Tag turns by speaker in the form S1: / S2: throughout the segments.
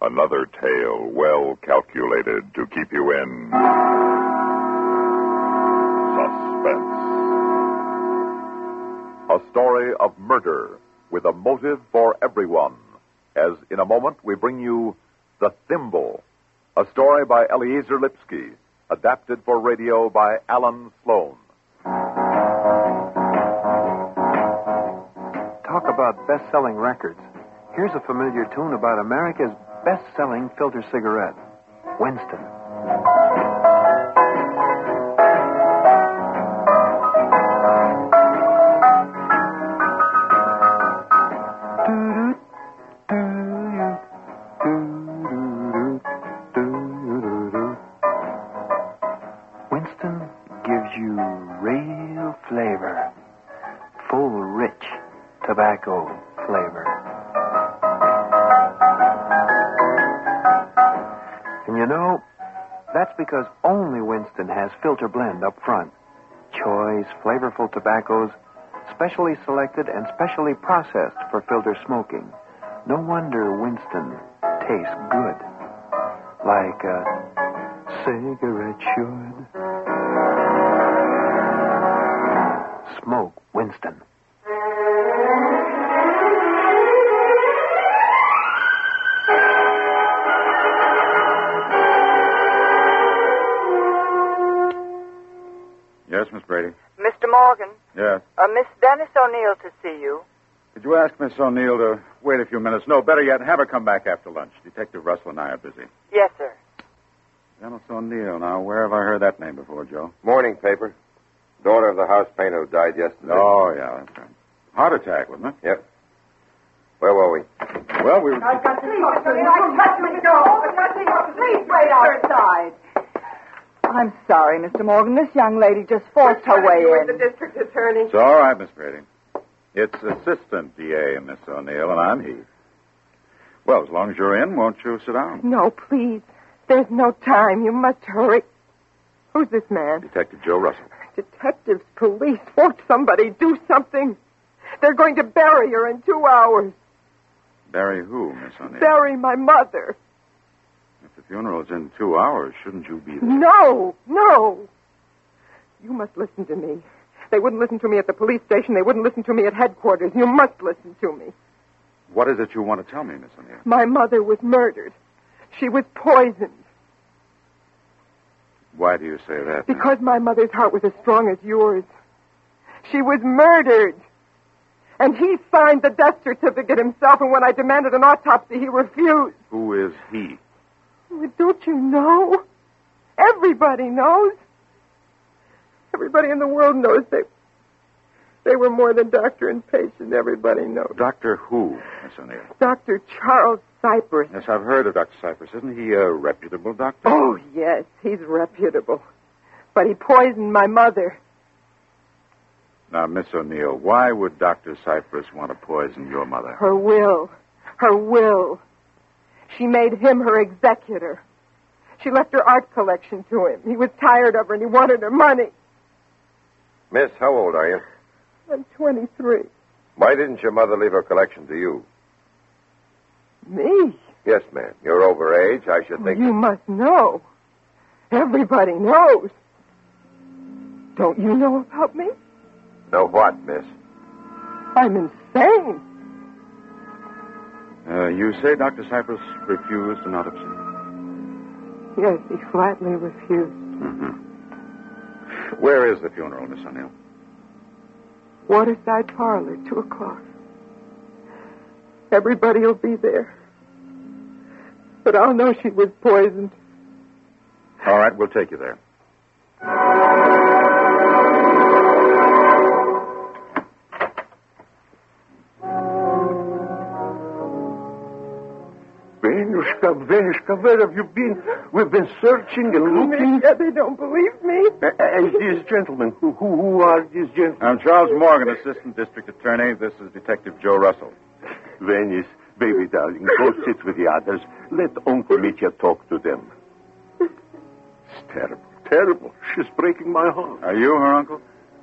S1: Another tale well calculated to keep you in suspense. A story of murder with a motive for everyone, as in a moment we bring you The Thimble, a story by Eliezer Lipsky, adapted for radio by Alan Sloan.
S2: Talk about best selling records. Here's a familiar tune about America's best selling filter cigarette Winston. Winston gives you real flavor, full, rich tobacco flavor. And you know, that's because only Winston has filter blend up front. Choice, flavorful tobaccos, specially selected and specially processed for filter smoking. No wonder Winston tastes good. Like a cigarette should. Smoke Winston.
S3: Yes, Miss Brady.
S4: Mr. Morgan,
S3: Yes.
S4: uh, Miss Dennis O'Neill to see you.
S3: Could you ask Miss O'Neill to wait a few minutes? No, better yet, have her come back after lunch. Detective Russell and I are busy.
S4: Yes, sir.
S3: Dennis O'Neill. Now, where have I heard that name before, Joe?
S5: Morning paper. Daughter of the house painter who died yesterday.
S3: Oh, yeah, that's right. Heart attack, wasn't
S5: Yep. Where were we?
S3: it? Well, we
S6: I've got to talk to you. I touch me. Go. Please wait outside.
S4: I'm sorry, Mr. Morgan. This young lady just forced her way
S6: The
S4: in.
S6: district attorney.
S3: It's all right, Miss Brady. It's Assistant DA, Miss O'Neill, and I'm Heath. Well, as long as you're in, won't you sit down?
S7: No, please. There's no time. You must hurry. Who's this man?
S3: Detective Joe Russell.
S7: Detectives, police. Won't somebody do something? They're going to bury her in two hours.
S3: Bury who, Miss O'Neill?
S7: Bury my mother.
S3: If the funeral's in two hours, shouldn't you be there?
S7: No, no. You must listen to me. They wouldn't listen to me at the police station. They wouldn't listen to me at headquarters. You must listen to me.
S3: What is it you want to tell me, Miss O'Neill?
S7: My mother was murdered. She was poisoned.
S3: Why do you say that?
S7: Because my mother's heart was as strong as yours. She was murdered. And he signed the death certificate himself, and when I demanded an autopsy, he refused.
S3: Who is he?
S7: Well, don't you know? Everybody knows. Everybody in the world knows they, they were more than doctor and patient. Everybody knows.
S3: Doctor who, Miss O'Neill?
S7: Dr. Charles Cypress.
S3: Yes, I've heard of Dr. Cypress. Isn't he a reputable doctor?
S7: Oh, yes, he's reputable. But he poisoned my mother.
S3: Now, Miss O'Neill, why would Dr. Cypress want to poison your mother?
S7: Her will. Her will. She made him her executor. She left her art collection to him. He was tired of her and he wanted her money.
S5: Miss, how old are you?
S7: I'm 23.
S5: Why didn't your mother leave her collection to you?
S7: Me?
S5: Yes, ma'am. You're over age. I should think.
S7: You must know. Everybody knows. Don't you know about me?
S8: Mm-hmm.
S5: Know what, miss?
S7: I'm insane.
S3: Uh, you say Dr. Cypress refused an autopsy?
S7: Yes, he flatly refused.
S3: Mm-hmm. Where is the funeral, Miss O'Neill?
S7: Waterside parlor, 2 o'clock. Everybody will be there. But I'll know she was poisoned.
S3: All right, we'll take you there.
S2: Venushka, Venushka, where have you been? We've been searching and looking.
S7: Yeah, they don't believe me.
S2: And these gentlemen, who, who, who are these gentlemen?
S3: I'm Charles Morgan, Assistant District Attorney. This is Detective Joe Russell.
S2: Venice, baby darling, go sit with the others. Let Uncle Mitya talk to them. It's terrible, terrible. She's breaking my heart.
S3: Are you her uncle?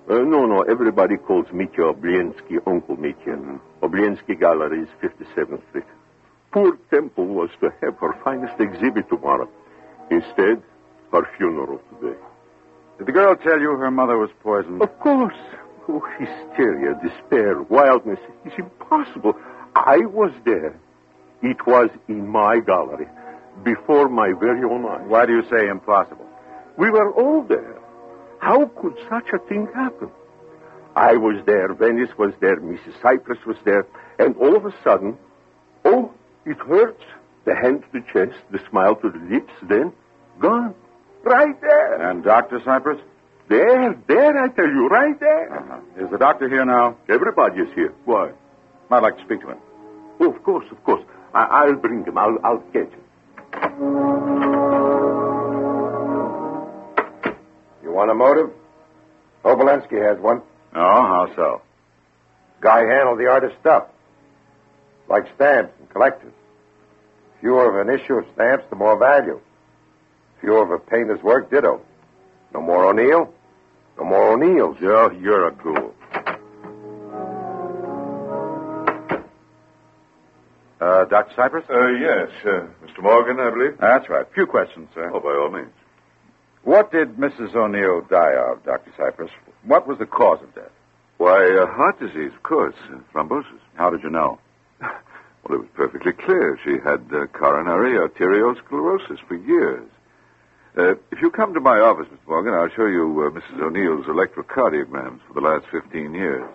S2: Uh, no, no, everybody calls Mitya Obliensky Uncle Mitya. Obliensky Gallery is 57th Street.
S8: Poor Temple was to have her finest exhibit tomorrow. Instead, her funeral today.
S3: Did the girl tell you her mother was poisoned?
S8: Of course. Oh, hysteria, despair, wildness. It's impossible. I was there. It was in my gallery, before my very own eyes.
S3: Why do you say impossible?
S8: We were all there. How could such a thing happen? I was there, Venice was there, Mrs. Cypress was there, and all of a sudden, oh, it hurts. The hand to the chest, the smile to the lips, then gone. Right there.
S3: And Dr. Cypress?
S8: There, there, I tell you, right there.
S3: Uh-huh. Is the doctor here now?
S8: Everybody is here. Why?
S3: I'd like to speak to him.
S8: Oh, of course, of course. I- I'll bring him. I'll, I'll catch him.
S5: You want a motive? Obolensky has one.
S3: Oh, how so?
S5: Guy handled the artist's stuff. Like stamps and collectors. Fewer of an issue of stamps, the more value. Fewer of a painter's work, ditto. No more O'Neill. No more O'Neills.
S3: Joe, you're a ghoul. Uh, Dr. Cypress?
S9: Uh, yes, uh, Mr. Morgan, I believe.
S3: That's right. Few questions, sir.
S9: Oh, by all means.
S3: What did Mrs. O'Neill die of, Dr. Cypress? What was the cause of death?
S9: Why, uh, heart disease, of course, uh, thrombosis.
S3: How did you know?
S9: Well, it was perfectly clear she had uh, coronary arteriosclerosis for years. Uh, if you come to my office, Mr. Morgan, I'll show you uh, Mrs. O'Neill's electrocardiograms for the last 15 years.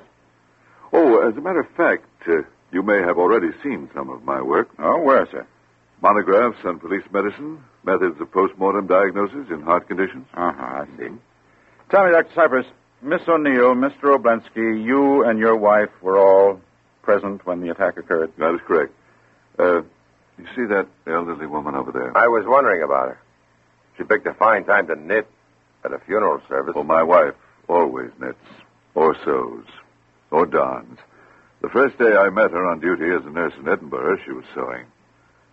S9: Oh, as a matter of fact, uh, you may have already seen some of my work.
S3: Oh, where, sir?
S9: Monographs on police medicine, methods of postmortem diagnosis in heart conditions.
S3: Uh huh, I see. Tell me, Dr. Cypress, Miss O'Neill, Mr. Oblensky, you and your wife were all present when the attack occurred.
S9: That is correct. Uh, you see that elderly woman over there?
S5: I was wondering about her. She picked a fine time to knit at a funeral service.
S9: Well, my wife always knits, or sews, or darns. The first day I met her on duty as a nurse in Edinburgh, she was sewing.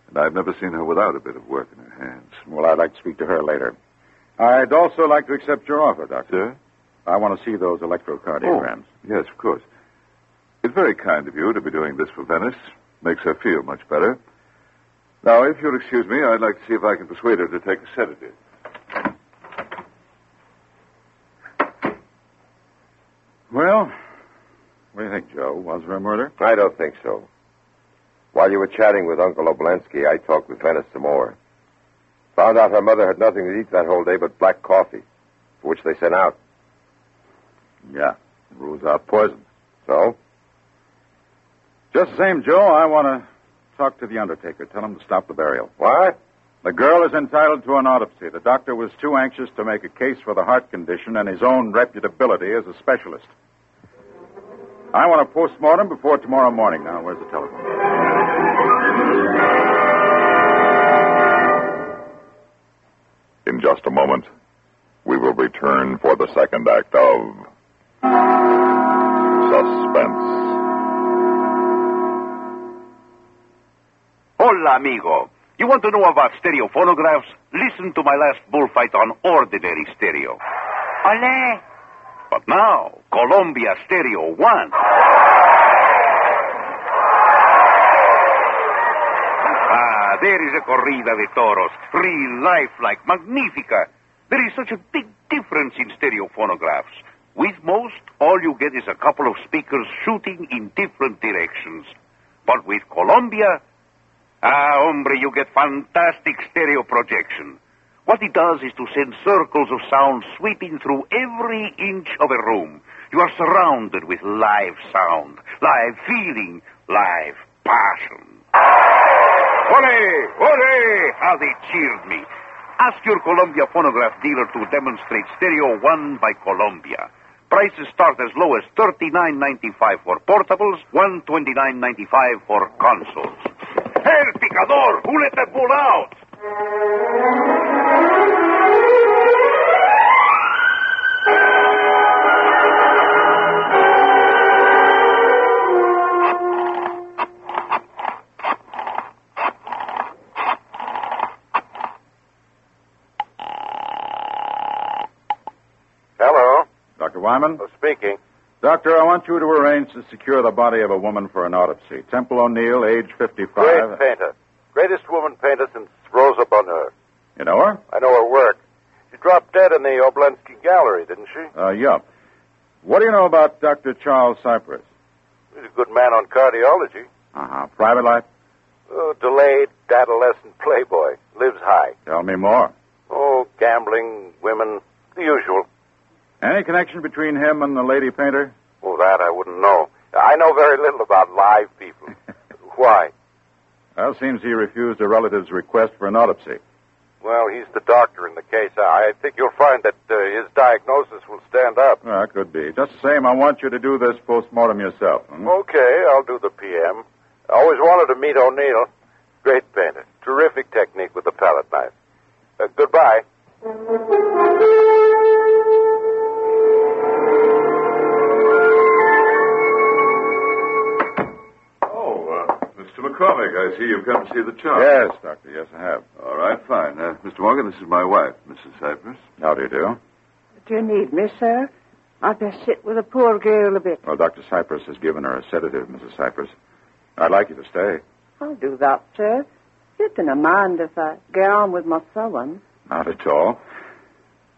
S9: And I've never seen her without a bit of work in her hands.
S3: Well, I'd like to speak to her later. I'd also like to accept your offer, Doctor.
S9: Sir? Oh,
S3: I want to see those electrocardiograms.
S9: Yes, of course. It's very kind of you to be doing this for Venice. Makes her feel much better. Now, if you'll excuse me, I'd like to see if I can persuade her to take a sedative.
S3: Well, what do you think, Joe? Was there a murder?
S5: I don't think so. While you were chatting with Uncle Oblensky, I talked with Venice some more. Found out her mother had nothing to eat that whole day but black coffee, for which they sent out.
S3: Yeah. rules out poison.
S5: So?
S3: Just the same, Joe, I want to talk to the undertaker. Tell him to stop the burial.
S5: What?
S3: The girl is entitled to an autopsy. The doctor was too anxious to make a case for the heart condition and his own reputability as a specialist. I want a postmortem before tomorrow morning. Now, where's the telephone?
S1: In just a moment, we will return for the second act of Suspense.
S10: Hola, amigo. You want to know about stereophonographs? Listen to my last bullfight on ordinary stereo. Ole! But now, Columbia Stereo 1. Ah, there is a corrida de toros. Real life like, magnifica. There is such a big difference in stereophonographs. With most, all you get is a couple of speakers shooting in different directions. But with Columbia, Ah, hombre, you get fantastic stereo projection. What it does is to send circles of sound sweeping through every inch of a room. You are surrounded with live sound, live feeling, live passion. Ole! Ole! How they cheered me. Ask your Columbia phonograph dealer to demonstrate Stereo 1 by Columbia. Prices start as low as $39.95 for portables, $129.95 for consoles. El picador! Who let that bull out?
S5: Hello.
S3: Dr. Wyman?
S5: Oh, speaking.
S3: Doctor, I want you to arrange to secure the body of a woman for an autopsy. Temple O'Neill, age 55.
S5: Great painter. Greatest woman painter since Rosa Bonheur.
S3: You know her?
S5: I know her work. She dropped dead in the Oblensky Gallery, didn't she?
S3: Uh, yeah. What do you know about Dr. Charles Cypress?
S5: He's a good man on cardiology.
S3: Uh-huh. Private life?
S5: Oh, delayed adolescent playboy. Lives high.
S3: Tell me more.
S5: Oh, gambling, women, the usual.
S3: Any connection between him and the lady painter?
S5: Well, Oh, that I wouldn't know. I know very little about live people. Why?
S3: Well, seems he refused a relative's request for an autopsy.
S5: Well, he's the doctor in the case. I think you'll find that uh, his diagnosis will stand up.
S3: Well, that could be. Just the same, I want you to do this postmortem yourself.
S9: Oh,
S3: hmm?
S5: Okay, I'll do the PM. I always wanted to meet O'Neill. Great painter. Terrific technique with the palette knife. Uh, goodbye.
S9: Oh, uh, Mr. McCormick, I see you've come to see the chart.
S3: Yes, Doctor. Yes, I have.
S9: All right, fine. Uh, Mr. Morgan, this is my wife, Mrs. Cypress.
S3: How do you do?
S11: Do you need me, sir? I'll just sit with the poor girl a bit.
S3: Well, Dr. Cypress has given her a sedative, Mrs. Cypress. I'd like you to stay.
S11: I'll do that, sir. You dinna mind if I get on with my sewing.
S3: Not at all.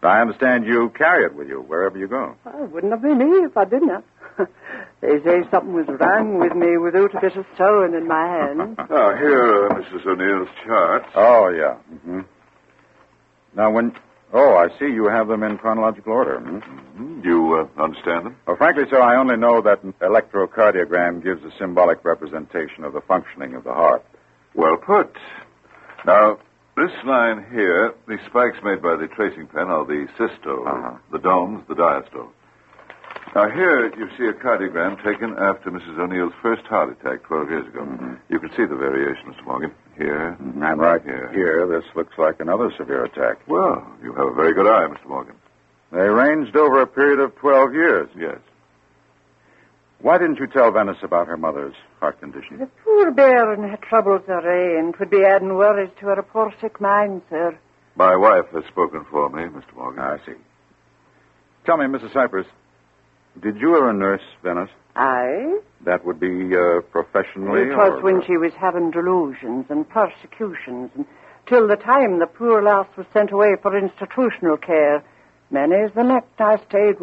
S3: I understand you carry it with you wherever you go.
S11: I wouldn't have been here if I didn't. they say something was wrong with me without a bit of sewing in my hand.
S9: Oh, here are Mrs. O'Neill's charts.
S3: Oh, yeah. hmm Now, when. Oh, I see you have them in chronological order. hmm?
S9: Do you uh, understand them?
S3: Well, frankly, sir, I only know that an electrocardiogram gives a symbolic representation of the functioning of the heart.
S9: Well put. Now, this line here, the spikes made by the tracing pen are the systole,
S3: Uh-huh.
S9: the domes, the diastole. Now, here you see a cardiogram taken after Mrs. O'Neill's first heart attack 12 years ago. You can see the variation, Mr. Morgan. Here.
S3: And Mm-hmm. right
S9: here.
S3: here, this looks like another severe attack.
S9: Well, you have a very good eye, Mr. Morgan.
S3: They ranged over a period of 12 years.
S9: Yes.
S3: Why didn't you tell Venice about her mother's heart condition?
S11: The poor bairn had troubles of her ain. 'Twould be adding worries to her poor sick mind, sir.
S9: My wife has spoken for me, Mr. Morgan.
S3: I see. Tell me, Mrs. Cypress, did you ever nurse Venice?
S11: Aye,
S3: That would be uh, professionally.
S11: It was
S3: or- uh,
S11: when she was having delusions and persecutions, and till the time the poor lass was sent away for institutional care. Many's the night I stayed